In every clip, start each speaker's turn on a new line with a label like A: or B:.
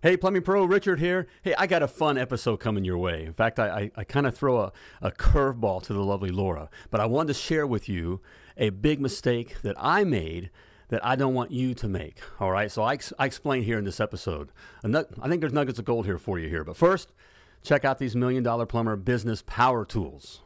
A: Hey, Plumbing Pro, Richard here. Hey, I got a fun episode coming your way. In fact, I, I, I kind of throw a, a curveball to the lovely Laura, but I wanted to share with you a big mistake that I made that I don't want you to make. All right, so I, ex- I explain here in this episode. A nut- I think there's nuggets of gold here for you here, but first, check out these Million Dollar Plumber business power tools.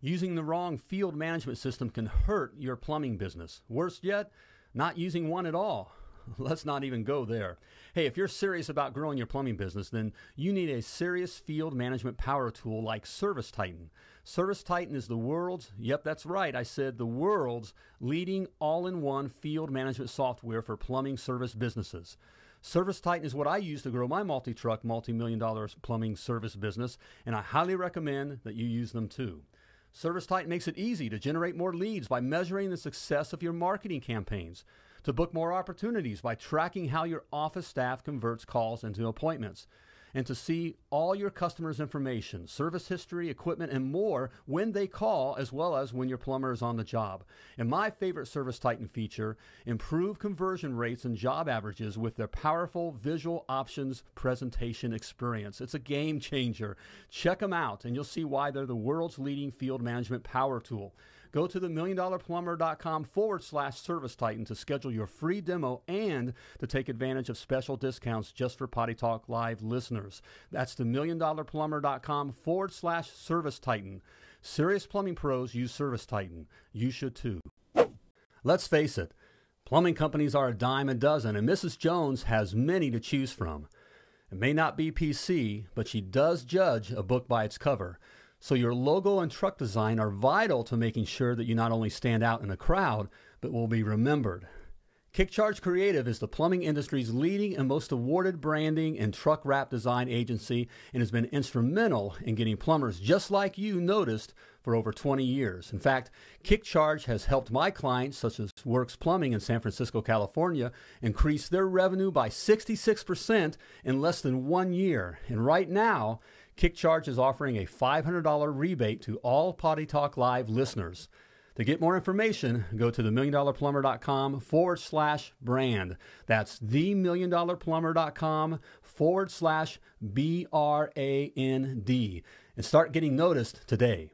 A: Using the wrong field management system can hurt your plumbing business. Worse yet, not using one at all. Let's not even go there. Hey, if you're serious about growing your plumbing business, then you need a serious field management power tool like Service Titan. Service Titan is the world's, yep, that's right, I said the world's leading all in one field management software for plumbing service businesses. Service Titan is what I use to grow my multi truck, multi million dollar plumbing service business, and I highly recommend that you use them too. Service Titan makes it easy to generate more leads by measuring the success of your marketing campaigns, to book more opportunities by tracking how your office staff converts calls into appointments, and to see all your customers' information, service history, equipment, and more when they call, as well as when your plumber is on the job. And my favorite Service Titan feature improve conversion rates and job averages with their powerful visual options presentation experience. It's a game changer. Check them out, and you'll see why they're the world's leading field management power tool. Go to the milliondollarplumber.com forward slash service titan to schedule your free demo and to take advantage of special discounts just for Potty Talk Live listeners. That's the milliondollarplumber.com forward slash service titan. Serious plumbing pros use Service Titan. You should too. Let's face it, plumbing companies are a dime a dozen, and Mrs. Jones has many to choose from. It may not be PC, but she does judge a book by its cover. So your logo and truck design are vital to making sure that you not only stand out in the crowd, but will be remembered. Kickcharge Creative is the plumbing industry's leading and most awarded branding and truck wrap design agency and has been instrumental in getting plumbers just like you noticed for over 20 years. In fact, Kickcharge has helped my clients, such as Works Plumbing in San Francisco, California, increase their revenue by 66% in less than one year. And right now, Kickcharge is offering a $500 rebate to all Potty Talk Live listeners. To get more information, go to themilliondollarplumber.com forward slash brand. That's themilliondollarplumber.com forward slash B R A N D. And start getting noticed today.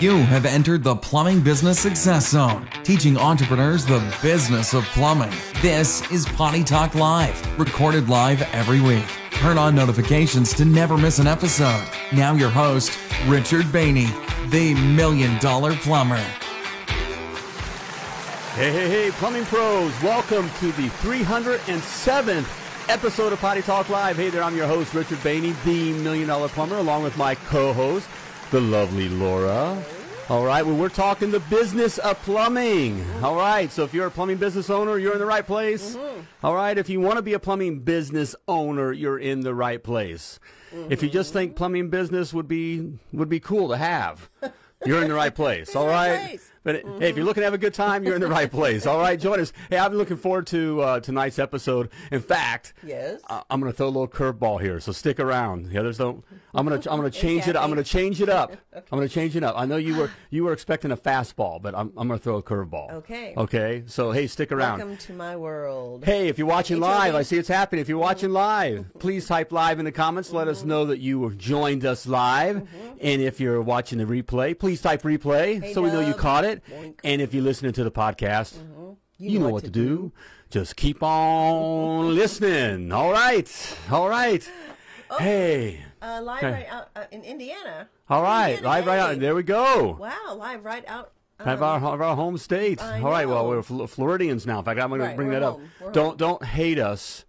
B: You have entered the Plumbing Business Success Zone, teaching entrepreneurs the business of plumbing. This is Potty Talk Live, recorded live every week. Turn on notifications to never miss an episode. Now, your host, Richard Bainey, the Million Dollar Plumber.
A: Hey, hey, hey, plumbing pros, welcome to the 307th episode of Potty Talk Live. Hey there, I'm your host, Richard Bainey, the Million Dollar Plumber, along with my co host, the lovely Laura. All right, well, we're talking the business of plumbing. All right, so if you're a plumbing business owner, you're in the right place. All right, if you want to be a plumbing business owner, you're in the right place. If you just think plumbing business would be would be cool to have, you're in the right place. All
C: right
A: right.
C: place.
A: But it- hey, if you're looking to have a good time, you're in the right place. All right, join us. Hey, I've been looking forward to uh, tonight's episode. In fact,
C: Yes.
A: I- I'm gonna throw a little curveball here, so stick around. The others don't. I'm gonna I'm gonna change it. I'm gonna change it up. I'm gonna change it up. I know you were you were expecting a fastball, but I'm I'm gonna throw a curveball.
C: Okay.
A: Okay. So hey, stick around.
C: Welcome to my world.
A: Hey, if you're watching
C: Hey, Mm-hmm.
A: live,
C: Toby.
A: I see it's happening. If you're watching live, please type live in the comments. Let us know that you have joined us live.
C: Mm-hmm.
A: And if you're watching the replay, please type replay so we know you
C: Dub.
A: caught it.
C: Boink. Mm-hmm.
A: And if you're listening to the podcast, you, know, what, to do. Just keep on listening. All right. All right.
C: Oh.
A: Hey.
C: Uh, live
A: Okay.
C: right out uh, in Indiana.
A: All right.
C: Indiana,
A: live right
C: hey.
A: out. There we go.
C: Wow, live right out. Um,
A: Have our, of our home state.
C: I
A: All right, well,
C: know.
A: we're Fl- Floridians now. In fact, I'm going to
C: Right,
A: bring
C: we're
A: that
C: home. We're
A: up. Don't don't hate us.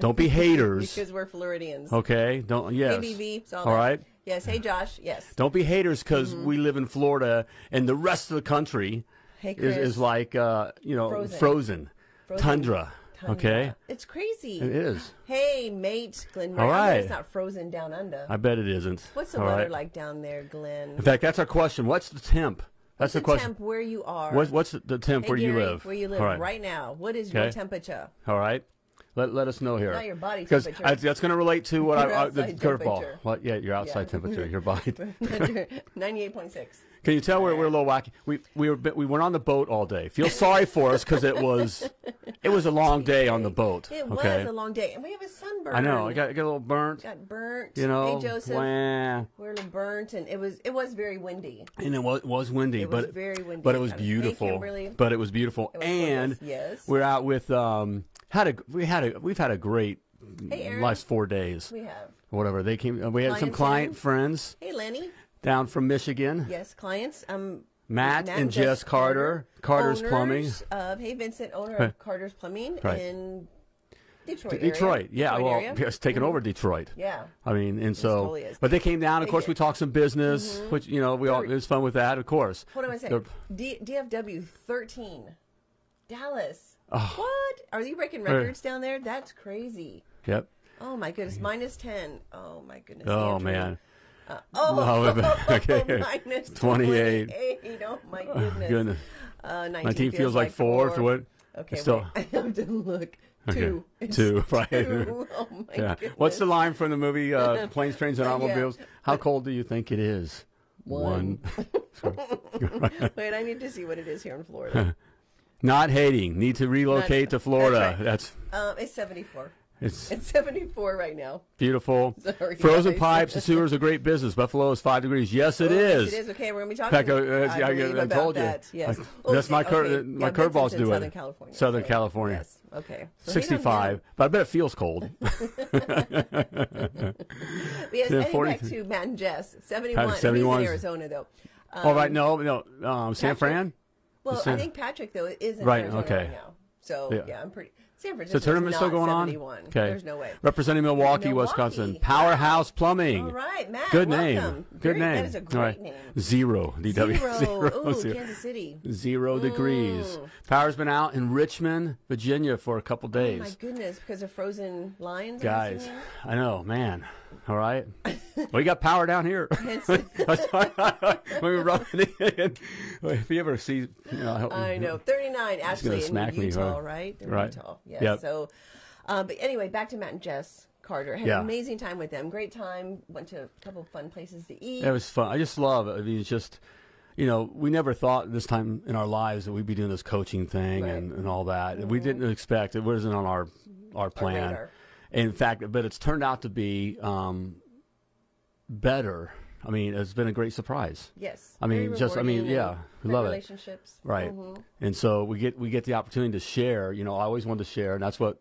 A: Don't be haters.
C: because we're Floridians.
A: Okay. Don't yes.
C: ABV. It's all, Mm-hmm.
A: all
C: that.
A: right.
C: Yes. Hey, Josh. Yes.
A: Don't be haters because we live in Florida and the rest of the country
C: Hey,
A: is,
C: Chris.
A: is like uh, you know
C: Frozen.
A: frozen,
C: Frozen.
A: Tundra, Okay.
C: It's crazy.
A: It is.
C: Hey, mate, Glenn.
A: All
C: All right.
A: right.
C: It's not frozen down under.
A: I bet it isn't.
C: What's the
A: All
C: weather
A: right.
C: like down there, Glenn?
A: In fact, that's our question. What's the temp? That's the,
C: the
A: question.
C: temp where you are.
A: What's, what's the- the temp
C: Hey,
A: where you
C: Gary,
A: live?
C: Where you live
A: All
C: right,
A: right.
C: now. What is
A: Okay.
C: your temperature?
A: All right. Let, let us know here.
C: Not your body
A: Because
C: temperature.
A: I- that's going to relate to what
C: Your
A: I, I the
C: outside
A: curveball.
C: temperature.
A: What? Yeah, your outside
C: Yeah.
A: temperature, your body.
C: 98.6.
A: Can you tell we're, we're a little wacky? We we were bit- we were on the boat all day. Feel sorry for us because it was it was a long day on the boat.
C: It
A: okay,
C: was a long day, and we have a sunburn.
A: I know. I got, I got a little burnt.
C: Got burnt.
A: You know,
C: hey Joseph,
A: wah.
C: we're a little burnt, and it was it was very windy.
A: and it was, was windy,
C: It was
A: but
C: very windy.
A: but it was
C: Thank you,
A: beautiful.
C: Kimberly.
A: But it was beautiful,
C: was
A: and
C: gorgeous, yes.
A: we're out with um had a we had a we've had a great
C: Hey, Aaron.
A: last four days.
C: We have
A: Whatever they came, uh, we had some
C: Clients
A: client
C: in.
A: friends
C: hey Lenny.
A: down from Michigan.
C: Yes, clients. Um,
A: Matt and Jess Carter, Carter's Plumbing.
C: owners Of, hey Vincent, owner of Carter's Plumbing
A: Right.
C: in Detroit. area.
A: Detroit, yeah,
C: Detroit
A: well,
C: area.
A: it's taken over Detroit.
C: yeah.
A: I mean, and so,
C: totally is. Mm-hmm.
A: but they came down. Of course,
C: did.
A: we talked some business, which you know, we all it was fun with that. Of course,
C: Hold on a second.
A: They're-
C: D- DFW thirteen, Dallas.
A: Ah.
C: What are you breaking records down there? That's crazy.
A: yep.
C: Oh my goodness, minus ten. Oh my goodness.
A: Oh
C: Andrew.
A: man,
C: Oh,
A: No, okay.
C: minus
A: 28.
C: 28. Oh my goodness.
A: goodness.
C: Uh, 19,
A: nineteen feels like four. So what?
C: Okay,
A: Still-
C: wait. I have to look.
A: Okay.
C: Two. It's
A: Two, right.
C: two. Oh my
A: Yeah.
C: goodness.
A: What's the line from the movie uh, Planes, Trains, and
C: Yeah.
A: Automobiles? How cold do you think it is?
C: One. Wait, I need to see what it is here in Florida.
A: Not hating. Need to relocate
C: Not-
A: to Florida.
C: that's right.
A: That's
C: um, it's 74.
A: it's
C: It's 74 right now.
A: beautiful.
C: Sorry,
A: Frozen
C: guys.
A: pipes and sewers are great business. Buffalo is five degrees. Yes, it
C: Oh, yes,
A: is.
C: It is. Okay, we're going to be
A: In fact,
C: talking
A: I, I-
C: I
A: I- I
C: believe, about
A: told you.
C: that. Yes.
A: I-
C: Oh,
A: that's my
C: okay.
A: cur- uh, my
C: Yeah, Vincent's
A: curveball's
C: in
A: doing
C: Southern
A: it.
C: California.
A: Southern
C: so-
A: California.
C: Yes. Okay. So hang on down.
A: Sixty-five, but I bet it feels cold.
C: But Yes,
A: Yeah,
C: heading
A: 43.
C: back to Matt and Jess. 71. He's
A: 71
C: in
A: is-
C: Arizona, though.
A: All right, no, no, um, San
C: Patrick?
A: Fran.
C: Well, I
A: San-
C: think Patrick though is in
A: Right,
C: Arizona
A: okay.
C: right now. So
A: Yeah.
C: yeah, I'm pretty. San
A: The
C: Francisco.
A: tournament's still going on.
C: 71. There's no way.
A: Representing Milwaukee, Wisconsin,
C: Milwaukee.
A: Powerhouse Plumbing.
C: All right, Matt.
A: Good
C: welcome.
A: name. Good
C: Very-
A: name.
C: That is a great
A: All right.
C: name.
A: Zero. DW.
C: Zero.
A: Zero.
C: Ooh,
A: zero.
C: Kansas City.
A: Zero degrees. Power's been out in Richmond, Virginia for a couple
C: Oh my
A: days.
C: goodness, because of frozen lions. I'm
A: Guys,
C: assuming?
A: I know, man. All right. we got power down here. we were running in. If you ever see, you know, I, hope,
C: I know. 39, Ashley,
A: smack
C: in
A: me,
C: Utah,
A: huh?
C: right? They're
A: Right.
C: Utah. Yeah.
A: Yep.
C: So, um, but anyway, back to Matt and Jess Carter. Had
A: Yeah.
C: an amazing time with them. Great time. Went to a couple of fun places to eat.
A: It was fun. I just love. I mean, it's just, you know, we never thought this time in our lives that we'd be doing this coaching thing
C: Right. Mm-hmm.
A: and, and all that. We didn't expect it wasn't on our our plan.
C: radar.
A: in fact, but it's turned out to be um, better. I mean, it's been a great surprise.
C: yes.
A: I mean,
C: Very
A: just- I mean,
C: rewarding
A: yeah,
C: and
A: we
C: great
A: love it.
C: Relationships. Mm-hmm.
A: Right. And so we get we get the opportunity to share. You know, I always wanted to share, and that's what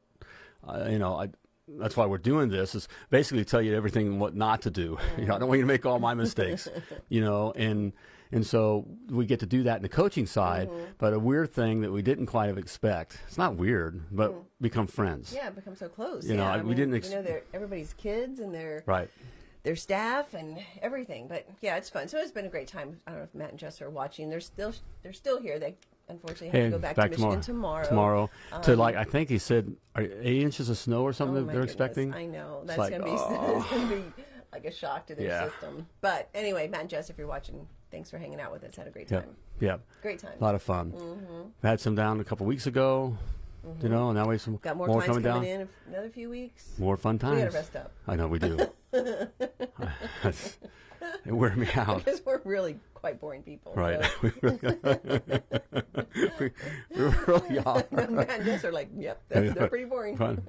A: uh, you know. I that's why we're doing this is basically tell you everything and what not to do. You know, I don't want you to make all my mistakes. you know, and and so we get to do that in the coaching side.
C: Mm-hmm.
A: But a weird thing that we didn't quite have expect. It's not weird, but become friends.
C: Mm. Yeah, become so close.
A: You know,
C: yeah,
A: I-
C: I
A: we
C: mean,
A: didn't ex-
C: you know, they're everybody's kids and their
A: Right.
C: their staff and everything. But yeah, it's fun. So it's been a great time. I don't know if Matt and Jess are watching. They're still they're still here. They unfortunately have
A: And
C: to go back, to Michigan tomorrow. Um,
A: Tomorrow to like I think he said are eight inches of snow or something
C: Oh
A: that
C: my
A: they're
C: goodness,
A: expecting.
C: I know that's
A: like, oh.
C: gonna be it's gonna be like a shock to their
A: Yeah.
C: system. But anyway, Matt and Jess, if you're watching, thanks for hanging out with us. Had a great time.
A: Yep. Yep.
C: Great time.
A: A lot of fun.
C: Mm-hmm.
A: Had some down a couple weeks ago, you know, and now we have some
C: Got more,
A: more
C: clients
A: coming
C: coming,
A: down.
C: in in another few weeks.
A: More fun times.
C: gotta rest up.
A: I know we do. it wear me out.
C: Because we're really quite boring people.
A: Right.
C: So
A: we really, we, we really are.
C: Matt and Jess are like, yep, that's, they're pretty boring.
A: Fun.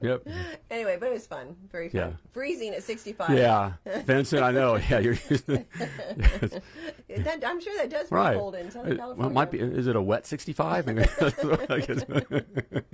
A: Yep.
C: Anyway, but it was fun. Very fun.
A: Yeah.
C: Freezing at 65.
A: Yeah. Vincent, I know. Yeah, you're used to
C: That, I'm sure that does feel
A: right.
C: cold in Southern
A: It-
C: California.
A: well, it might be. Is it a wet 65? Maybe. that's what I guess.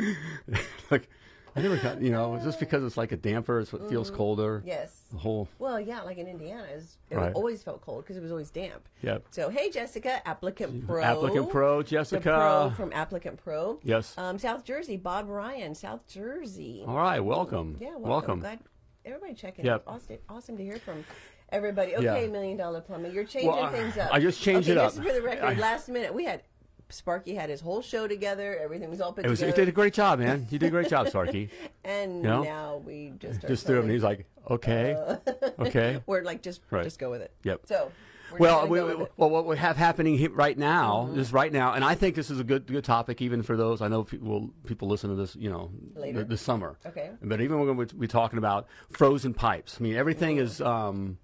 A: like, I never got. You know, just because it's like a damper, it's what
C: Mm-hmm.
A: feels colder.
C: Yes.
A: The whole.
C: Well, yeah, like in Indiana, it's, it
A: Right.
C: always felt cold because it was always damp.
A: Yep.
C: So, hey, Jessica, Applicant Pro.
A: Applicant Pro,
C: The
A: Jessica.
C: pro from Applicant Pro.
A: Yes.
C: Um, South Jersey, Bob Ryan, South Jersey.
A: All right, welcome.
C: Yeah, welcome. Glad everybody checking.
A: Yep.
C: Awesome, awesome to hear from everybody. Okay,
A: Yeah.
C: Million Dollar Plumbing, you're changing
A: Well, I-
C: things up.
A: I just changed
C: okay,
A: it
C: Just
A: up.
C: for the record,
A: I-
C: last minute we had Sparky had his whole show together. Everything was all put
A: It was. You
C: together.
A: did a great job, man. You did a great job, Sarky.
C: and
A: know?
C: now we just are
A: just threw him, and
C: totally-
A: he's like, "Okay,
C: Uh.
A: okay."
C: We're like just
A: Right.
C: just go with it.
A: Yep.
C: So we're
A: Well,
C: just
A: we,
C: gonna go
A: we-
C: with it. Mm-hmm.
A: well, what we have happening here right now, just right now, and I think this is a good good topic even for those. I know people people listen to this, you know,
C: Later.
A: th- this summer.
C: Okay. Mm-hmm.
A: But even we're going to be talking about frozen pipes. I mean, everything is um,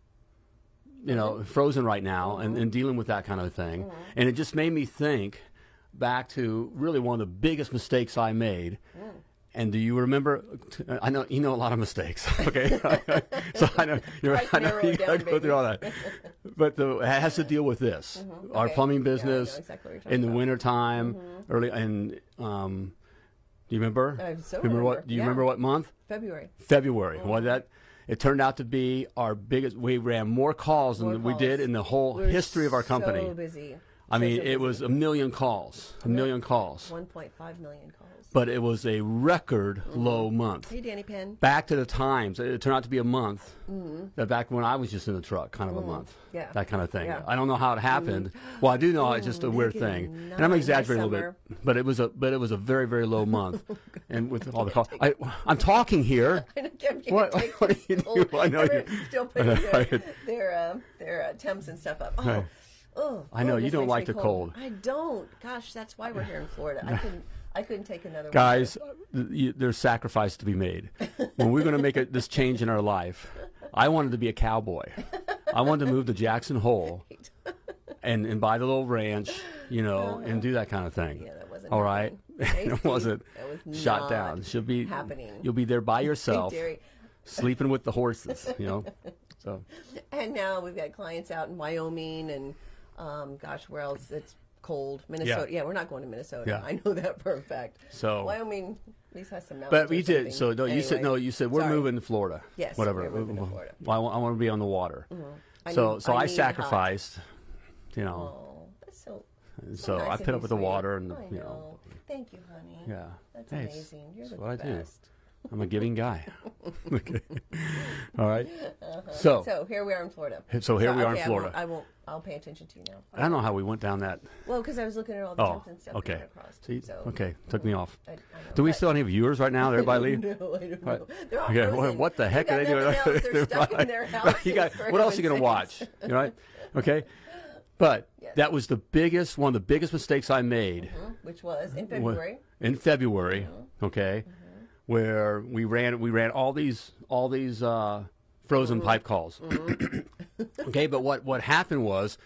A: you know, frozen right now and, and dealing with that kind of thing.
C: Mm-hmm.
A: And it just made me think back to really one of the biggest mistakes I made.
C: Mm.
A: And do you remember? t- I know you know a lot of mistakes. Okay, so I know you're.
C: Right,
A: I know
C: narrow
A: you
C: it
A: gotta
C: down,
A: go through
C: baby.
A: all that, but the, it has to deal with this: our
C: Mm-hmm. Okay.
A: plumbing
C: Yeah, I know
A: business
C: exactly what you're
A: in
C: talking
A: the
C: about. Mm-hmm.
A: wintertime, early and. Um, do you remember?
C: I so
A: what?
C: remember,
A: Do you
C: yeah.
A: remember what month?
C: February.
A: February.
C: Oh,
A: Well, that it turned out to be our biggest. We ran more calls than
C: More
A: we did
C: calls.
A: in the whole
C: We were
A: history of our company.
C: So busy.
A: I
C: So,
A: mean,
C: so
A: it was a million calls, a million calls,
C: 1.5 million calls.
A: but it was a record low month.
C: Oh. Hey, Danny Penn.
A: Back to the times, it turned out to be a month. That back when I was just in the truck, kind of a month.
C: Mm-hmm. Mm. Yeah.
A: That kind of thing.
C: Yeah. Mm-hmm. Mm,
A: I don't know how it happened. Well, I do know it's just a weird
C: negative
A: thing, and
C: nine
A: I'm
C: by
A: exaggerating a little bit. But it was a but it was a very very low month,
C: Oh,
A: and with all the calls, I, I'm talking here.
C: I don't care if you
A: What-
C: can take
A: what do you
C: this
A: do?
C: whole-
A: I know you-
C: everyone's Still
A: I know,
C: putting their
A: right.
C: their, uh, their uh, temps and stuff up. Oh,
A: Right.
C: oh,
A: I know,
C: oh,
A: you
C: this
A: don't
C: makes
A: like
C: me
A: the cold.
C: I don't. Gosh, that's why we're here in Florida. I couldn't. I couldn't take another
A: guys th- you, there's sacrifice to be made when we're going to make a, this change in our life i wanted to be a cowboy i wanted to move to jackson hole and, and buy the little ranch you know and do that kind of thing
C: Uh-huh. Yeah, that wasn't
A: all right
C: happening.
A: it
C: Casey,
A: wasn't
C: that was
A: shot
C: not
A: down she'll be
C: happening.
A: you'll be there by yourself
C: dairy.
A: sleeping with the horses you know so
C: winter. And now we've got clients out in Wyoming and, um, gosh, where else? It's cold. Minnesota. Yeah, we're not going to Minnesota.
A: Yeah.
C: I know that for a fact.
A: So-
C: Wyoming at least has some mountains.
A: but we did so no you said no you said we're moving to florida
C: Yes,
A: whatever
C: we're moving to Florida. Mm-hmm.
A: Well, i, want to be on the water
C: I
A: so
C: need-
A: so i,
C: I need hot.
A: sacrificed you know
C: Oh, that's so.
A: And so
C: so nice
A: I
C: of
A: put
C: you,
A: up with the
C: sweetie.
A: water and
C: I
A: you know
C: know. Thank you, honey.
A: yeah.
C: That's
A: Hey, it's-
C: amazing. You're
A: it's
C: the
A: what I do.
C: best.
A: I'm a giving guy. okay. All right. So,
C: Uh-huh. So here we are in Florida.
A: So here we are in
C: okay, I
A: Florida.
C: won't- I won't. I'll pay attention to you now.
A: I don't know how we went down that.
C: Well, because I was looking at all the
A: Oh,
C: temps and stuff
A: okay.
C: that I crossed.
A: See,
C: so
A: okay, took me off.
C: I, I know.
A: Do we
C: But-
A: still have any viewers right now? Did Everybody leave.
C: No, I don't
A: Right.
C: know. They're all
A: Okay,
C: frozen.
A: what, what the
C: They
A: heck
C: got
A: are they doing?
C: nothing else. They're stuck in their houses.
A: you got,
C: for
A: what else are you
C: heaven's
A: gonna watch?
C: sakes.
A: You right? Okay, but
C: Yes.
A: that was the biggest one of the biggest mistakes I made.
C: Hmm, Which was in
A: wa-
C: February. Mm-hmm.
A: in February, okay, where we ran we ran all these all these uh, frozen
C: Mm-hmm.
A: pipe calls. okay, but what what happened was,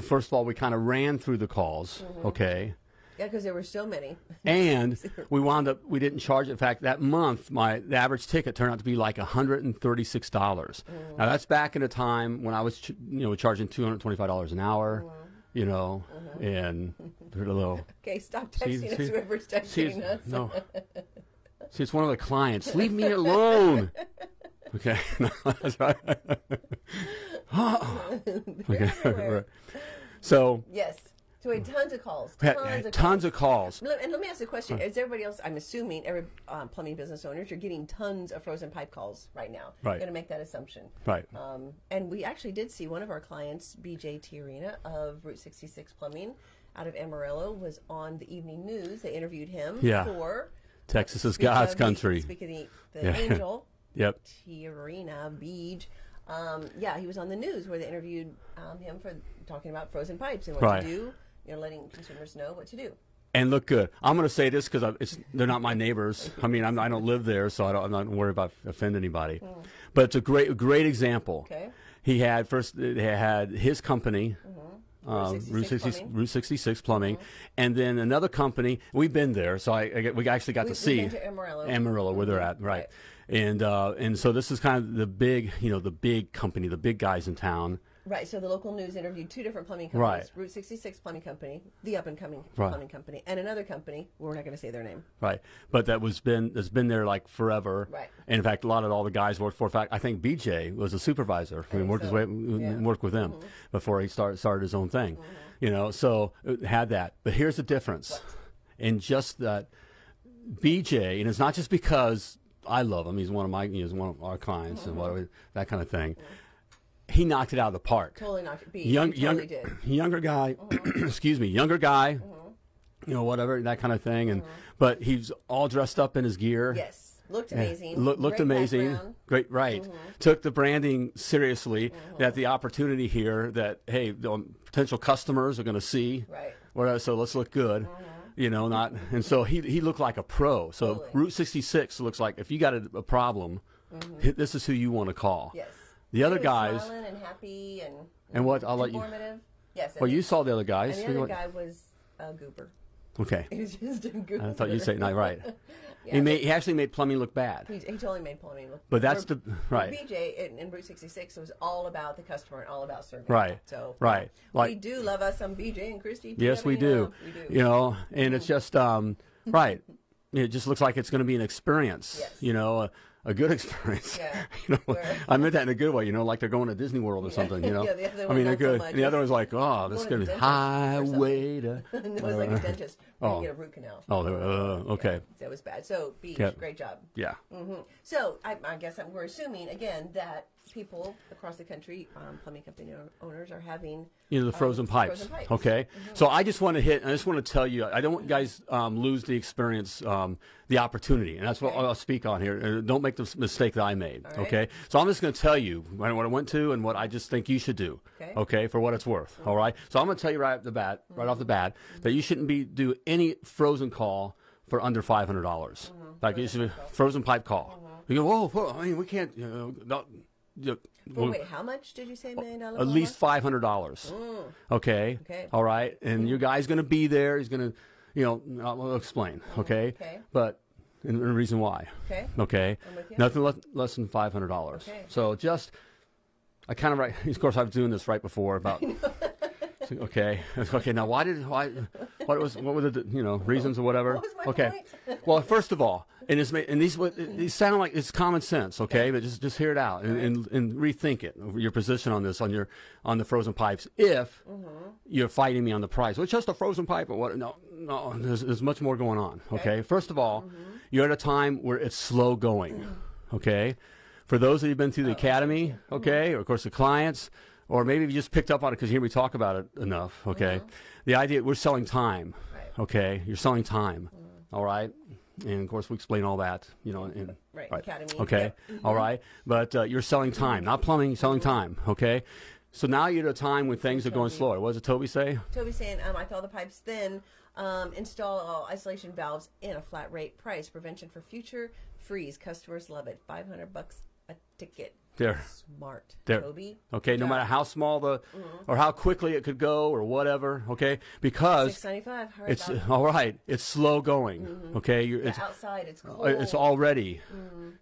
A: first of all, we kind of ran through the calls,
C: Mm-hmm.
A: okay,
C: Yeah, because there were so many.
A: and we wound up we didn't charge. In fact, that month my the average ticket turned out to be like hundred and thirty six dollars.
C: Mm.
A: Now that's back in a time when I was ch- you know charging two hundred twenty five dollars an hour. You know,
C: Uh-huh.
A: and they're a little
C: Okay, stop
A: She's-
C: texting us.
A: she's-
C: Whoever's
A: She's
C: texting us.
A: no. She's one of the clients. Leave me alone. Okay. No, that's right. Oh. okay. right. So
C: Yes. So we had tons of calls.
A: we had-
C: Tons of
A: had
C: calls.
A: tons of calls.
C: Let- And let me ask you a question. Is everybody else, I'm assuming every um, plumbing business owners, you're getting tons of frozen pipe calls right now.
A: Right.
C: going to make that assumption.
A: Right.
C: Um, and we actually did see one of our clients, BJT Arena of Route 66 Plumbing out of Amarillo, was on the evening news. They interviewed him
A: Yeah.
C: for
A: Texas is
C: Speak of
A: God's
C: the-
A: country.
C: Speak of the, the
A: Yeah.
C: angel,
A: Yep.
C: Tirina Beach. Um, yeah, he was on the news where they interviewed um, him for talking about frozen pipes and what
A: Right.
C: to do. You know, letting consumers know what to do.
A: And look good. I'm going to say this because they're not my neighbors. I mean, I'm, I don't live there, so I don't, I'm not worried about offend anybody. But it's a great, great example.
C: Hmm. Okay.
A: He had first. He had his company. uh,
C: Mm-hmm. Route 66
A: Route, 66,
C: Plumbing.
A: Route
C: Mm-hmm.
A: 66 Plumbing, and then another company. We've been there, so I, I get- we actually got
C: We-
A: to
C: we've
A: see
C: been to Amarillo. Mm-hmm.
A: where they're at, right? And uh, and so this is kind of the big, you know, the big company, the big guys in town.
C: Right. So the local news interviewed two different plumbing companies:
A: Right.
C: Route 66 Plumbing Company, the up and coming
A: Right.
C: plumbing company, and another company. We're not going to say their name.
A: Right, but that was been that's been there like forever.
C: Right.
A: And in fact, a lot of all the guys worked for. In fact, I think BJ was a supervisor. I mean, worked his
C: so. Mm-hmm.
A: way worked with them before he started started his own thing. You know, so it had that. But here's the difference, in just that BJ, and it's not just because I love him. He's one of my he's one of our clients
C: Mm-hmm.
A: and whatever that kind of thing. He knocked it out of the park
C: Totally not. B.
A: young,
C: totally
A: younger,
C: did. Uh-huh.
A: younger guy. excuse me, younger guy. You know, whatever that kind of thing. And but he's all dressed up in his gear.
C: Uh-huh. Yes. Looked
A: Yeah,
C: amazing.
A: loo- looked
C: Great
A: amazing.
C: background. Mm-hmm. Uh-huh.
A: Great, right. Took the branding seriously. That the opportunity here that hey, the um, potential customers are going to see.
C: Right. Uh-huh.
A: Whatever, so let's look good. You know, not and so he he looked like a pro. So
C: Totally.
A: Route 66 looks like if you got a, a problem, hi- this is who you want to call.
C: Mm-hmm. Yes.
A: The other
C: He was
A: guys.
C: smiling and happy and
A: And what- I'll let you-
C: informative. Yes. and
A: Well,
C: the-
A: you saw the other guys.
C: And
A: We
C: the other
A: want-
C: guy was a goober.
A: Okay.
C: He was just a goober.
A: I thought you said not right.
C: Yeah.
A: He made he actually made plumbing look bad.
C: He, he totally made plumbing look.
A: But that's
C: where-
A: the-
C: where
A: right.
C: BJ in, in Route 66 was all about the customer and all about serving.
A: Right.
C: So
A: Right.
C: we
A: Like-
C: do love us some BJ and Christy.
A: Yes, we do.
C: We do.
A: You know, and it's just um right. It just looks like it's going to be an experience.
C: Yes.
A: You know. A, a good experience.
C: Yeah.
A: You know,
C: Where-
A: I meant that in a good way. You know, like they're going to Disney World or something. You know,
C: Yeah, the other
A: I
C: one
A: mean, a
C: not so
A: good.
C: much.
A: and the other one's like, oh, this is going
C: Going
A: to
C: to the
A: be
C: dentist or
A: highway to.
C: And it was like a dentist. Oh. get a root canal.
A: Oh, they were, uh, okay,
C: That was bad. So beach,
A: Yeah.
C: great job.
A: yeah.
C: So I, I guess I'm, we're assuming again that people across the country, um, plumbing company o- owners, are having
A: You know, the
C: um,
A: frozen pipes.
C: pipes. Mm-hmm.
A: Okay. So I just want to hit, I just want to tell you, I don't want you guys um, lose the experience, um, the opportunity. And that's what I'll speak on here. Uh, Don't make the s- mistake that I made.
C: right.
A: Okay. So I'm just going to tell you what I what I went to and what I just think you should do.
C: Okay. Mm-hmm.
A: for what it's worth. All right. So I'm going to tell you right off the bat, right off the bat, that you shouldn't be do any frozen call for under $500.
C: Mm-hmm.
A: Like you should frozen pipe call. You go, whoa, whoa, I mean, we can't, you know, not, you
C: Well, wait, how much did you say million dollar?
A: at
C: plumber?
A: least five hundred dollars. Okay.
C: Oh. Okay.
A: All right. And your guy's going to be there. He's going to, you know, I'll I'll explain. Okay.
C: Mm-hmm. Okay.
A: But and the reason why.
C: Okay.
A: Okay.
C: I'm with you.
A: Nothing less, less than five hundred dollars.
C: Okay.
A: So just, I kind of right. Of course, I was doing this right before about. okay. Okay. Now, why did why, what was what were the you know reasons or whatever?
C: What was my
A: okay.
C: point?
A: well, first of all, and it's ma- and these what- these sound like it's common sense. Okay, but just just hear it out and, and, and rethink it over your position on this on your on the frozen pipes. If
C: Mm-hmm.
A: you're fighting me on the price, well, it's just a frozen pipe or what? No, no. There's, there's much more going on. Okay. First of all,
C: Mm-hmm.
A: you're at a time where it's slow going.
C: Mm.
A: Okay. For those that have been through the academy,
C: Mm-hmm.
A: okay, or of course the clients, or maybe you just picked up on it because you hear me talk about it enough, okay? The idea we're selling time,
C: Mm-hmm. Right. Mm.
A: okay? You're selling time, all right? And of course we explain all that, you know, in
C: Right, academy,
A: Okay,
C: Mm-hmm.
A: all right. But uh, you're selling time, not plumbing, you're selling time, okay? So now you're at a time when things are going slower. What does Toby say?
C: Toby's saying, um, I call the pipes thin. Um, install all isolation valves in a flat rate price. Prevention for future freeze. Customers love it. Five hundred bucks a ticket.
A: There.
C: Smart.
A: There.
C: Toby.
A: Okay, no matter how small the,
C: Mm-hmm.
A: or how quickly it could go or whatever, okay? Because
C: Six Mm-hmm. ninety five. Hurry
A: It's
C: it's, up.
A: all right. It's slow going. Okay, you're, it's uh,
C: outside. It's cold.
A: it's already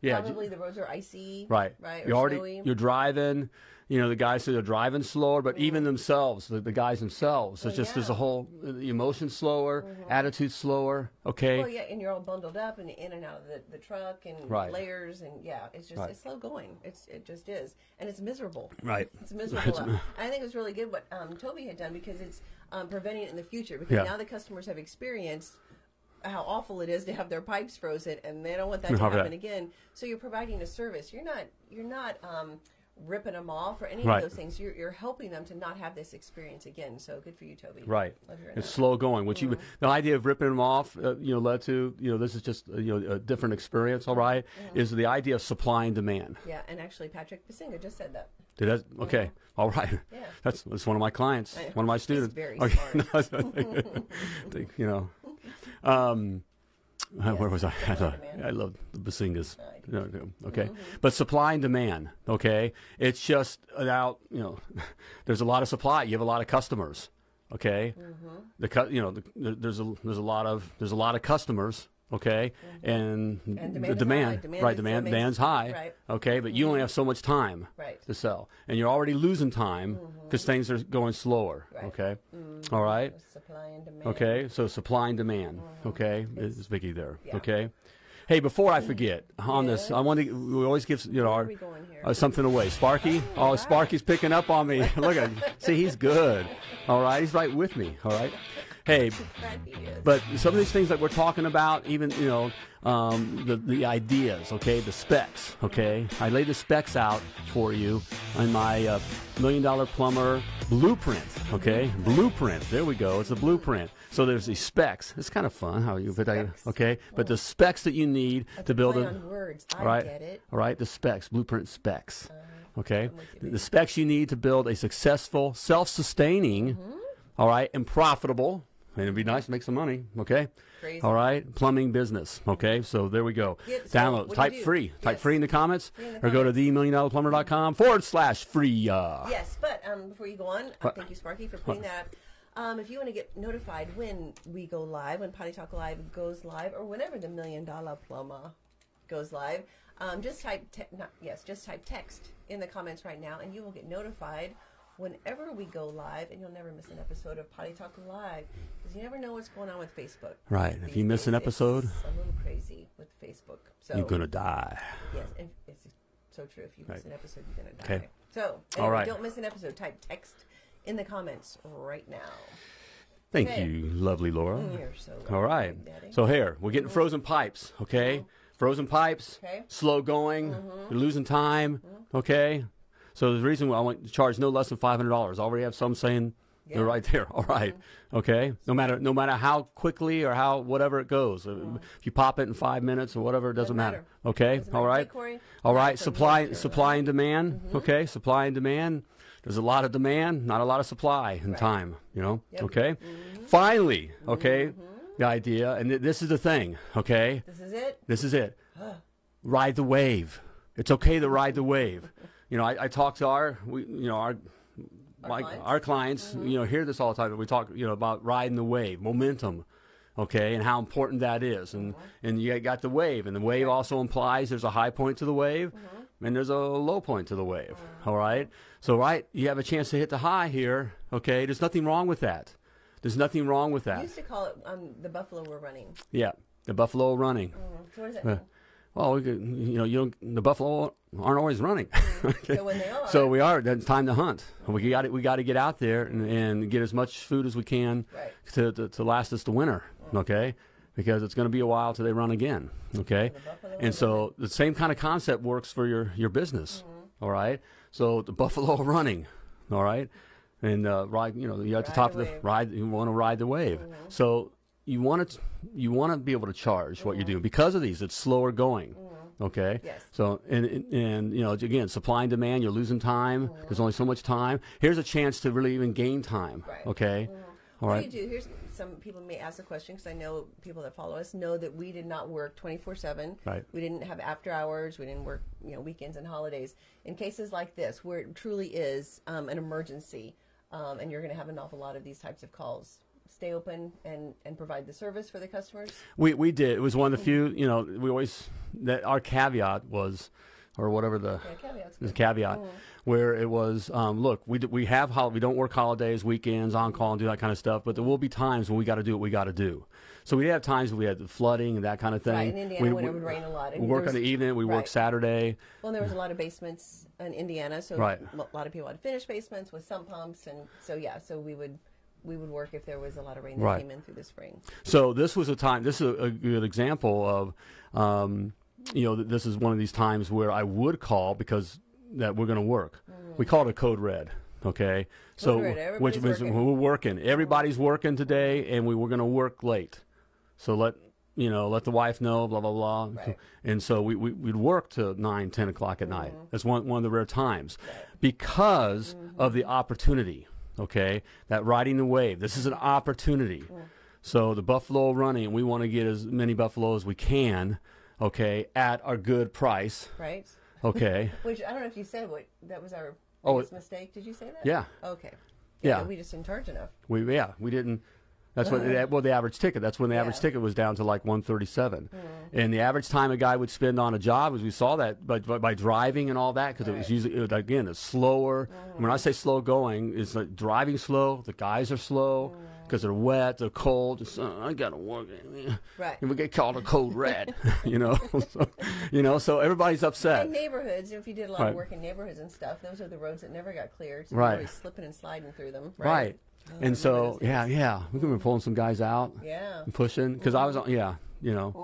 A: yeah j-
C: uh, oh. Mm-hmm. Probably the roads are icy.
A: right.
C: Right. or
A: You're already
C: snowy.
A: you're driving. You know the guys say they're driving slower, but even themselves, the, the guys themselves, it's just there's a
C: Mm-hmm. yeah. Mm-hmm.
A: whole uh, the emotion slower, attitude slower. Okay,
C: Well, Oh, yeah, and you're all bundled up and in and out of the, the truck and
A: Right.
C: layers and yeah, it's just
A: Right.
C: it's slow going. It's it just is, and it's miserable.
A: Right.
C: It's miserable. out. and I think it was really good what um, Toby had done because it's um, preventing it in the future because
A: Yeah.
C: now the customers have experienced how awful it is to have their pipes frozen and they don't want that to
A: How about
C: happen
A: that?
C: again. So you're providing a service. You're not you're not um, ripping them off or any
A: Right.
C: of those things. You're, you're helping them to not have this experience again. So good for you, Toby.
A: Right.
C: Love hearing
A: It's
C: that.
A: slow going. Which you, the idea of ripping them off, uh, you know, led to, you know, this is just, uh, you know, a different experience. All right, is the idea of supply and demand.
C: Yeah, and actually Patrick Basinga just said that.
A: Did that? Okay. All right.
C: Yeah.
A: That's that's one of my clients,
C: I-
A: one of my
C: he's
A: students.
C: very
A: Okay,
C: smart.
A: no, that's what I think. Think, you know, um, uh, where was I? I love,
C: demand.
A: I love the Basingas.
C: I Mm-hmm. do
A: No, no, Okay. But supply and demand. Okay. It's just now. You know, there's a lot of supply. You have a lot of customers. Okay.
C: Mm-hmm.
A: The cu- you know the, there- there's a there's a lot of there's a lot of customers. Okay, and,
C: Mm-hmm. And
A: the
C: demand is high.
A: demand,
C: Demand
A: right? Demand,
C: is- that makes-
A: demand's high.
C: right. Mm-hmm.
A: Okay, but you only have so much time
C: Right.
A: to sell, and you're already losing time because things are going slower.
C: Mm-hmm. Right. Mm-hmm.
A: Okay, all right.
C: Supply and demand.
A: Okay, so supply and demand. Okay, it's biggie there.
C: Mm-hmm. Yeah.
A: Okay, hey, before I forget on this, I want to. We always give you know our,
C: we going here?
A: uh, something away. Sparky, oh, Sparky's picking up on me. Look at, see, he's good. All right, he's right with me. All right, hey.
C: That he is.
A: But some of these things that we're talking about, even you know, um, the the ideas, okay, the specs, okay. I laid the specs out for you on my uh, million dollar plumber blueprint, okay, blueprint. There we go. It's a blueprint. So there's these specs. It's kind of fun how you put that,
C: Specs.
A: okay. But the specs that you need to build
C: Play
A: a
C: on words. I
A: all right.
C: get it. Uh-huh.
A: All right. The specs, blueprint specs. okay.
C: with you,
A: The- The
C: baby. Mm-hmm.
A: specs you need to build a successful, self sustaining, all right, and profitable, And it'd be nice to make some money. Okay.
C: Crazy.
A: All right. Plumbing business. Okay. So there we go.
C: Yeah, so what do
A: Download.
C: you
A: Type
C: do?
A: free. Type
C: Yes.
A: free in the comments
C: Free in the
A: or go to themilliondollarplumber.com forward slash free. Uh,
C: Yes, but um, before you go on, uh,
A: What?
C: thank you, Sparky, for putting that up. Um, if you want to get notified when we go live, when Potty Talk Live goes live, or whenever the Million Dollar Plumber goes live, um, just type te- not, yes, just type text in the comments right now, and you will get notified whenever we go live, and you'll never miss an episode of Potty Talk Live because you never know what's going on with Facebook.
A: Right. If
C: These
A: you miss an
C: days, it's
A: episode-
C: a little crazy with Facebook. So
A: You're going to die.
C: Yes, and it's so true. If you miss
A: Right.
C: an episode, you're gonna die.
A: Okay.
C: So,
A: All
C: anyway,
A: right.
C: don't miss an episode. Type text in the comments right now.
A: Thank
C: Okay.
A: you, lovely Laura.
C: Mm, You're so
A: All right.
C: welcome, Daddy.
A: So here, we're getting frozen pipes, okay? Frozen pipes,
C: Mm-hmm. Okay. Mm-hmm.
A: slow going, you're losing time, okay? So the reason why I want to charge no less than five hundred dollars. I already have some saying they're
C: Yeah. Mm-hmm.
A: right there. All right. okay. No matter no matter how quickly or how whatever it goes, uh, if you pop it in five minutes or whatever, it doesn't,
C: Mm-hmm.
A: matter.
C: Doesn't matter.
A: Okay.
C: Doesn't
A: All
C: matter. Hey,
A: right.
C: Corey,
A: All
C: not
A: right.
C: from
A: Supply
C: nature.
A: supply and demand. Okay. Supply and demand. There's a lot of demand, not a lot of supply and time. You know.
C: Yep.
A: Okay. Finally. Okay. The idea, and th- this is the thing. Okay.
C: This is it.
A: This is it. Ride the wave. It's okay to ride the wave. You know, I, I talk to our, we, you know, our,
C: Our
A: my-
C: clients? Mm-hmm.
A: our clients, you know, hear this all the time. but We talk, you know, about riding the wave, momentum, okay, and how important that is. And
C: Mm-hmm.
A: and you got the wave, and the wave also implies there's a high point to the wave,
C: Mm-hmm.
A: and there's a low point to the wave. all right. So right, you have a chance to hit the high here. Okay. There's nothing wrong with that. There's nothing wrong with
C: We
A: that.
C: used to call it um, the Buffalo We're Running. Mm-hmm.
A: Yeah. The buffalo running.
C: So what does that mean?
A: Well, we could, you know, you don't, the buffalo aren't always running. Okay.
C: So when they are,
A: So we are. then It's time to hunt. We got We got to get out there and, and get as much food as we can
C: Right.
A: to, to to last us the winter. Okay, because it's going to be a while till they run again. Okay,
C: buffalo
A: and so the same kind of concept works for your your business.
C: Mm-hmm.
A: all right. So the buffalo are running. All right, and uh, ride. You know, you're at the
C: Ride
A: top
C: the
A: of the
C: wave. Mm-hmm.
A: ride. You want to ride the wave. So you want to you want to be able to charge what you're doing because of these. It's slower going. Okay.
C: Mm-hmm. Yes.
A: So and, and and you know again, supply and demand. You're losing time. There's only so much time. Here's a chance to really even gain time.
C: Right.
A: Okay. All
C: what
A: right.
C: do you do? Here's some people may ask the question because I know people that follow us know that we did not work 24 7.
A: Right.
C: We didn't have after hours. We didn't work, you know, weekends and holidays. In cases like this, where it truly is um, an emergency, um, and you're going to have an awful lot of these types of calls, stay open and, and provide the service for the customers.
A: We we did. It was one of the few. You know, we always that our caveat was, or whatever the
C: Yeah, caveats.
A: this caveat where it was um, look we, d- we have hol- we don't work holidays weekends on call and do that kind of stuff but there will be times when we got to do what we got to do so we did have times when we had the flooding and that kind of thing
C: Right, in Indiana
A: we,
C: when it
A: we-
C: would rain a lot. and
A: we work
C: there
A: on the
C: was-
A: evening we work
C: right.
A: saturday
C: Well, and there was a lot of basements in Indiana, so
A: Right.
C: a lot of people had finished basements with some pumps, and so yeah, so we would we would work if there was a lot of rain that
A: Right.
C: came in through the spring.
A: So this was a time. This is a, a good example of, um, you know, th- this is one of these times where I would call because that we're going to work. We call it a code red. Okay, so
C: Mm-hmm. Code red,
A: which
C: everybody's
A: means
C: working.
A: we're working. Everybody's working today, and we were going to work late. So let you know, let the wife know, blah blah blah.
C: Right.
A: And so we, we we'd work to nine, ten o'clock at night. That's one one of the rare times, because of the opportunity. Okay, that riding the wave. This is an opportunity. So the buffalo running, we want to get as many buffalo as we can. Okay, at our good price.
C: Right.
A: Okay.
C: Which I don't know if you said what that was our
A: Oh,
C: biggest
A: it-
C: mistake. Did you say that?
A: Yeah.
C: Okay.
A: Yeah.
C: that We just didn't charge enough.
A: We yeah, we didn't. That's what well the average ticket. That's when the average
C: Yeah. Mm.
A: ticket was down to like 137, and the average time a guy would spend on a job, as we saw that by, by, by driving and all that, because it was
C: Right. Mm.
A: usually it was, again it's slower. When I say slow going, it's like driving slow. The guys are slow
C: Mm.
A: because they're wet, they're cold. It's, uh, I gotta work.
C: Right.
A: And we get called a cold rat, you know. so, you know, so everybody's upset.
C: In neighborhoods, if you did a lot
A: Right.
C: of work in neighborhoods and stuff, those are the roads that never got cleared. So
A: Right.
C: Always slipping and sliding through them. Oh,
A: Right. and so,
C: those
A: yeah, yeah, we could be pulling some guys out,
C: Yeah.
A: and pushing, because I was, on, yeah, you know,
C: Oh.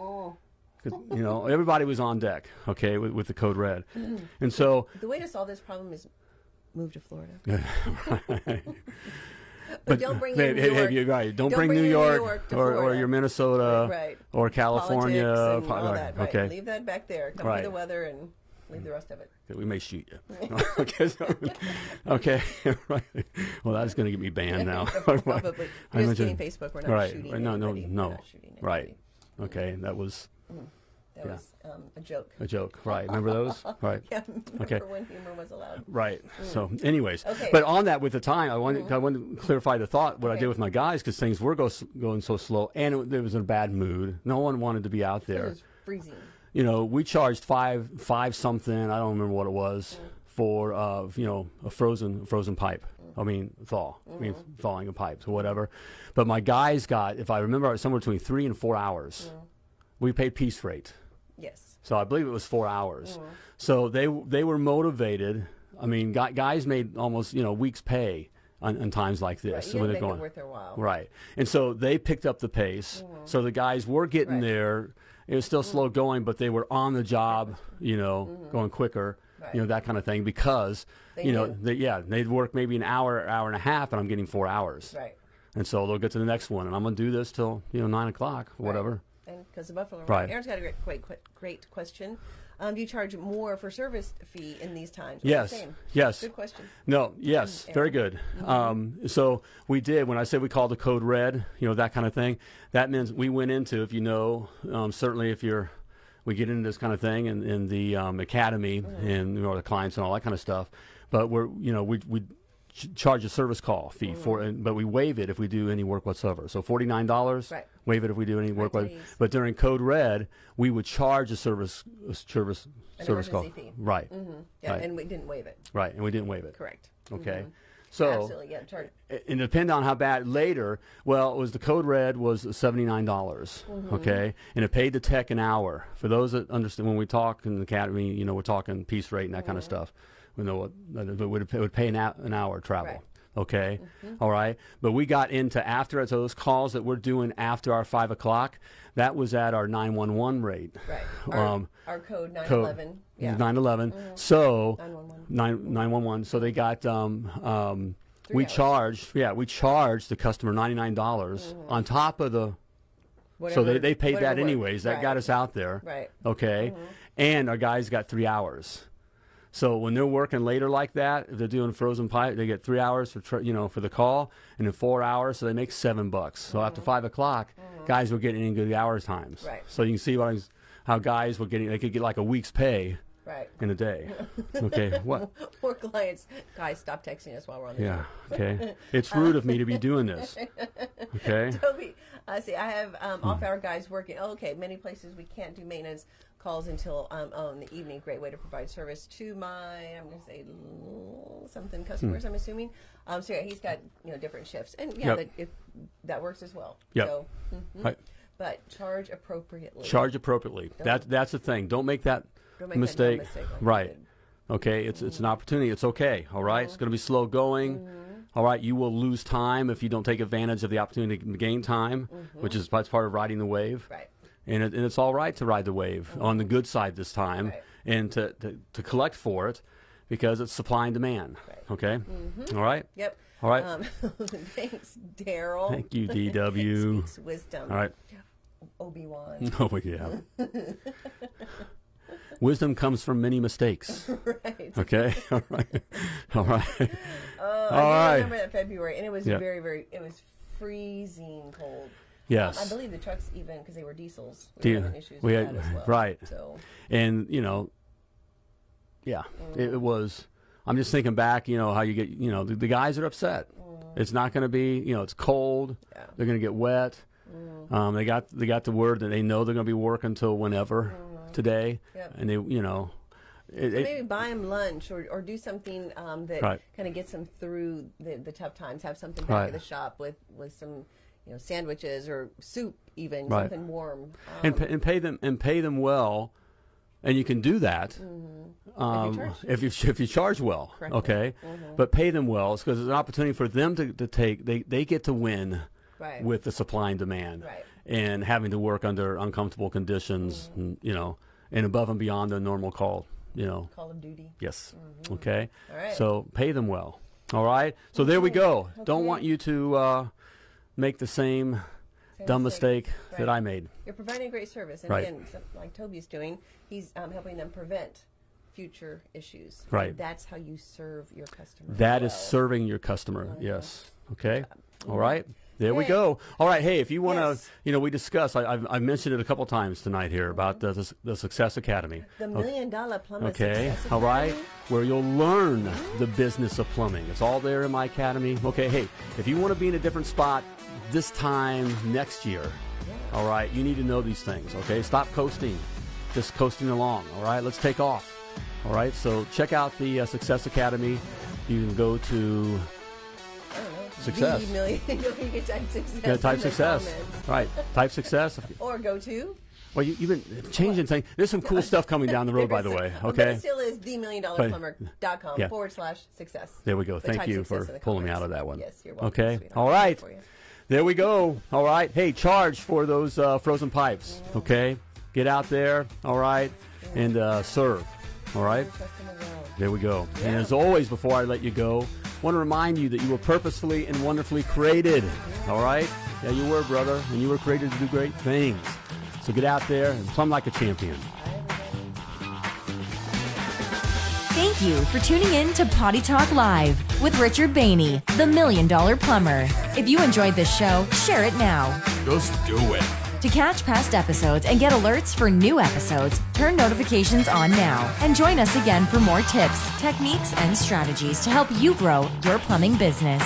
A: 'cause, you know, everybody was on deck, okay, with, with the code red,
C: Mm-hmm.
A: and so,
C: The way to solve this problem is move to Florida. but, don't bring
A: hey,
C: in New
A: hey, hey,
C: York.
A: you're right, don't, bring, New
C: in
A: York,
C: to
A: or, or
C: Florida.
A: your Minnesota
C: Right.
A: or
C: Politics
A: California,
C: and
A: po-
C: all
A: right,
C: that. Right.
A: okay,
C: Leave that back there. Come
A: Right.
C: to the weather and Leave the rest of it.
A: 'Cause we may shoot you. okay, so- okay, right. Well, that's going to get me banned now.
C: Probably.
A: I
C: We're just
A: mentioned-
C: kidding, Facebook. We're not
A: right.
C: shooting
A: right, No, no,
C: anybody. We're
A: no.
C: not shooting
A: Right.
C: anybody.
A: Okay, that was
C: That
A: Yeah.
C: was um, a joke.
A: a joke. Right. Remember those? Right.
C: Yeah, remember
A: Okay.
C: when humor was allowed.
A: Right. So, anyways,
C: Mm. Okay. Mm-hmm.
A: but on that with the time, I wanted I wanted to clarify the thought what I did
C: Okay.
A: with my guys because things were go, going so slow, and it, it was in a bad mood. No one wanted to be out
C: It
A: there.
C: was freezing.
A: You know, we charged five five something. I don't remember what it was
C: Mm.
A: for uh, you know a frozen frozen pipe. I mean thaw. I mean
C: Mm-hmm.
A: thawing a pipe or whatever. But my guys got, if I remember, somewhere between three and four hours.
C: Mm.
A: We paid piece rate.
C: Yes.
A: So I believe it was four hours.
C: Oh.
A: So they they were motivated. I mean, gu- guys made almost you know weeks pay on, on times like this
C: Right. You
A: when
C: had
A: they're
C: to make
A: going
C: it worth their while.
A: right. And so they picked up the pace. So the guys were getting
C: Right. Mm.
A: there. It was still slow going, but they were on the job. You know, going quicker. You know
C: Mm-hmm. Right.
A: that kind of thing because
C: They
A: you know
C: knew.
A: they, yeah they'd work maybe an hour hour and a half, and I'm getting four hours.
C: Right.
A: And so they'll get to the next one, and I'm gonna do this till you know nine o'clock, or whatever.
C: Because the Buffalo.
A: Right.
C: Aaron's got a great, great, que- great question. Um, do you charge more for service fee in these times? Or the
A: Yes.
C: same?
A: Yes.
C: Good question.
A: No, yes, very good.
C: Mm-hmm.
A: Um, so we did, when I said we called the code red, you know, that kind of thing, that means we went into, if you know, um, certainly if you're, we get into this kind of thing in, in the um, academy
C: Mm.
A: and, you know, the clients and all that kind of stuff, but we're, you know, we, we ch- charge a service call fee for
C: Mm.
A: and but we waive it if we do any work whatsoever. So $49,
C: Right.
A: waive it if we do any work. what-
C: please.
A: But during code red, we would charge a service, a service,
C: An
A: service call.
C: emergency fee. Mm-hmm.
A: Right.
C: Mm, Yeah,
A: Right.
C: and we didn't waive it.
A: Right. And we didn't waive it.
C: Correct.
A: Okay. So
C: Mm-hmm. Absolutely. Yeah. Charge.
A: and depending on how bad later, well, it was the code red was seventy nine dollars,
C: Mm-hmm.
A: okay, and it paid the tech an hour. For those that understand, when we talk in the academy, you know, we're talking piece rate and that
C: Mm-hmm.
A: kind of stuff. We know what it would, it would pay an, hou- an hour travel.
C: Right. Mm-hmm.
A: Okay, All right, but we got into after it. So those calls that we're doing after our five o'clock, that was at our nine one one rate.
C: Right. Our,
A: Um,
C: our
A: Code
C: code 911. Yeah. Mm-hmm.
A: 911. So
C: 911.
A: 9- 911. So they got um, um,
C: Three
A: we
C: hours.
A: charged yeah we charged the customer ninety nine dollars
C: Mm-hmm.
A: on top of the so they,
C: Whatever-
A: they paid that
C: whatever worked.
A: anyways that
C: Right.
A: got us out there
C: Right. Mm-hmm.
A: okay and our guys got three hours so when they're working later like that if they're doing frozen pipe they get three hours for tr- you know for the call and then four hours so they make seven bucks so after five o'clock guys were getting in good hour times
C: Mm-hmm. Right.
A: so you can see what I was, how guys were getting they could get like a week's pay
C: Right.
A: in a day okay what
C: Poor clients. Guys, stop texting us while we're on the
A: yeah okay it's rude of me to be doing this okay
C: Toby, I see. I have um, off-hour guys working. Oh, okay, many places we can't do maintenance calls until um, oh, in the evening. Great way to provide service to my I'm going to say l- something customers. I'm assuming. Um, so yeah, he's got you know different shifts, and yeah,
A: Hmm. Yep.
C: that, if, that works as well.
A: Yep.
C: So, mm,
A: Right.
C: but charge appropriately.
A: charge appropriately. That that's the thing. Don't make that
C: Don't make that
A: mistake.
C: mistake like you
A: right.
C: did. Uh-huh.
A: Okay, it's it's an opportunity. It's okay. All right? It's going to be slow going.
C: Mm-hmm.
A: All right, you will lose time if you don't take advantage of the opportunity to gain time, which is that's part of riding the wave.
C: Mm-hmm. Right. Mm-hmm.
A: And it, and it's all right to ride the wave on the good side this time
C: Right.
A: and to, to to collect for it because it's supply and demand.
C: Right. Mm-hmm.
A: Okay? All right?
C: Yep.
A: All right.
C: Um, thanks, Daryl.
A: Thank you DW.
C: Speaks wisdom.
A: all right.
C: Obi Wan.
A: Oh yeah. Wisdom comes from many mistakes.
C: right.
A: Okay. All right. All right.
C: Oh,
A: All
C: I
A: right.
C: do remember that February, and it was
A: Yeah.
C: very, very. It was freezing cold.
A: Yes.
C: Um, I believe the trucks even because they were diesels. We
A: Do
C: were
A: you-
C: having issues
A: we
C: with
A: had-
C: that as well.
A: right.
C: So
A: And you know, yeah, it, it was. I'm just thinking back. You know how you get. You know the, the guys are upset. It's not going to be. You know it's cold.
C: Mm. Yeah. Mm.
A: They're going to get wet. Um, they got they got the word that they know they're going to be working till whenever today,
C: Mm. Yep.
A: and they you know. It, it-
C: maybe buy them lunch or, or do something um, that
A: Right.
C: kind of gets them through the, the tough times. Have something back
A: Right.
C: at the shop with with some you know sandwiches or soup even
A: Right.
C: something warm. Um,
A: and, pa- and pay them and pay them well, and you can do that um,
C: Mm-hmm. charge. Mm-hmm.
A: if you if you charge well,
C: Correctly.
A: okay. But pay them well because it's an opportunity for them to, to take. They they get to win
C: Right.
A: with the supply and demand,
C: Right. Mm-hmm.
A: and having to work under uncomfortable conditions, and, you know, and above and beyond their normal call, you know.
C: Call of Duty.
A: Yes. Okay.
C: Mm-hmm. All right. Mm-hmm.
A: So pay them well. All right. So there we go. Don't
C: Okay.
A: want you to uh, make the same, dumb mistake,
C: mistake.
A: that
C: Right.
A: I made.
C: You're providing great service, and
A: Right.
C: again, something like Toby's doing, he's um, helping them prevent future issues.
A: Right.
C: That's how you serve your customer.
A: That is serving your customer. Yes. Okay. All right. There we
C: Okay.
A: go. All right. Hey, if you want to,
C: Yes.
A: you know, we discussed. I, I've, I mentioned it a couple times tonight here about the, the, the Success Academy.
C: the million dollar plumber.
A: Okay.
C: Success
A: All right.
C: Academy.
A: Where you'll learn the business of plumbing. It's all there in my academy. Okay. Hey, if you want to be in a different spot this time next year, all right, you need to know these things. Okay. Stop coasting, just coasting along. All right. Let's take off. All right. So check out the uh, Success Academy. You can go to
C: I don't know.
A: Success.
C: The million. you can type success.
A: yeah, type
C: in the
A: success.
C: comments.
A: Right. Type success.
C: Or go to.
A: Well, you, you've been changing things. There's some cool stuff coming down the road, by the way.
C: But
A: Okay.
C: it still is themilliondollarplumber.com
A: Yeah.
C: forward slash success.
A: There we go.
C: But
A: Thank
C: type
A: you
C: success
A: for
C: in the
A: pulling me
C: comments.
A: out of that one.
C: Yes, you're welcome.
A: Okay.
C: sweetheart.
A: All right.
C: For you.
A: There we go. All right. Hey, charge for those uh, frozen pipes. Okay. Get out there. All right. And uh, serve. All right.
C: Customer well.
A: There we go. And as always, before I let you go, want to remind you that you were purposefully and wonderfully created. All right. Yeah, you were, brother. And you were created to do great things. So get out there and plumb like a champion.
D: Thank you for tuning in to Potty Talk Live with Richard Bainey, the Million Dollar Plumber. If you enjoyed this show, share it now.
B: Just do it.
D: To catch past episodes and get alerts for new episodes, turn notifications on now and join us again for more tips, techniques, and strategies to help you grow your plumbing business.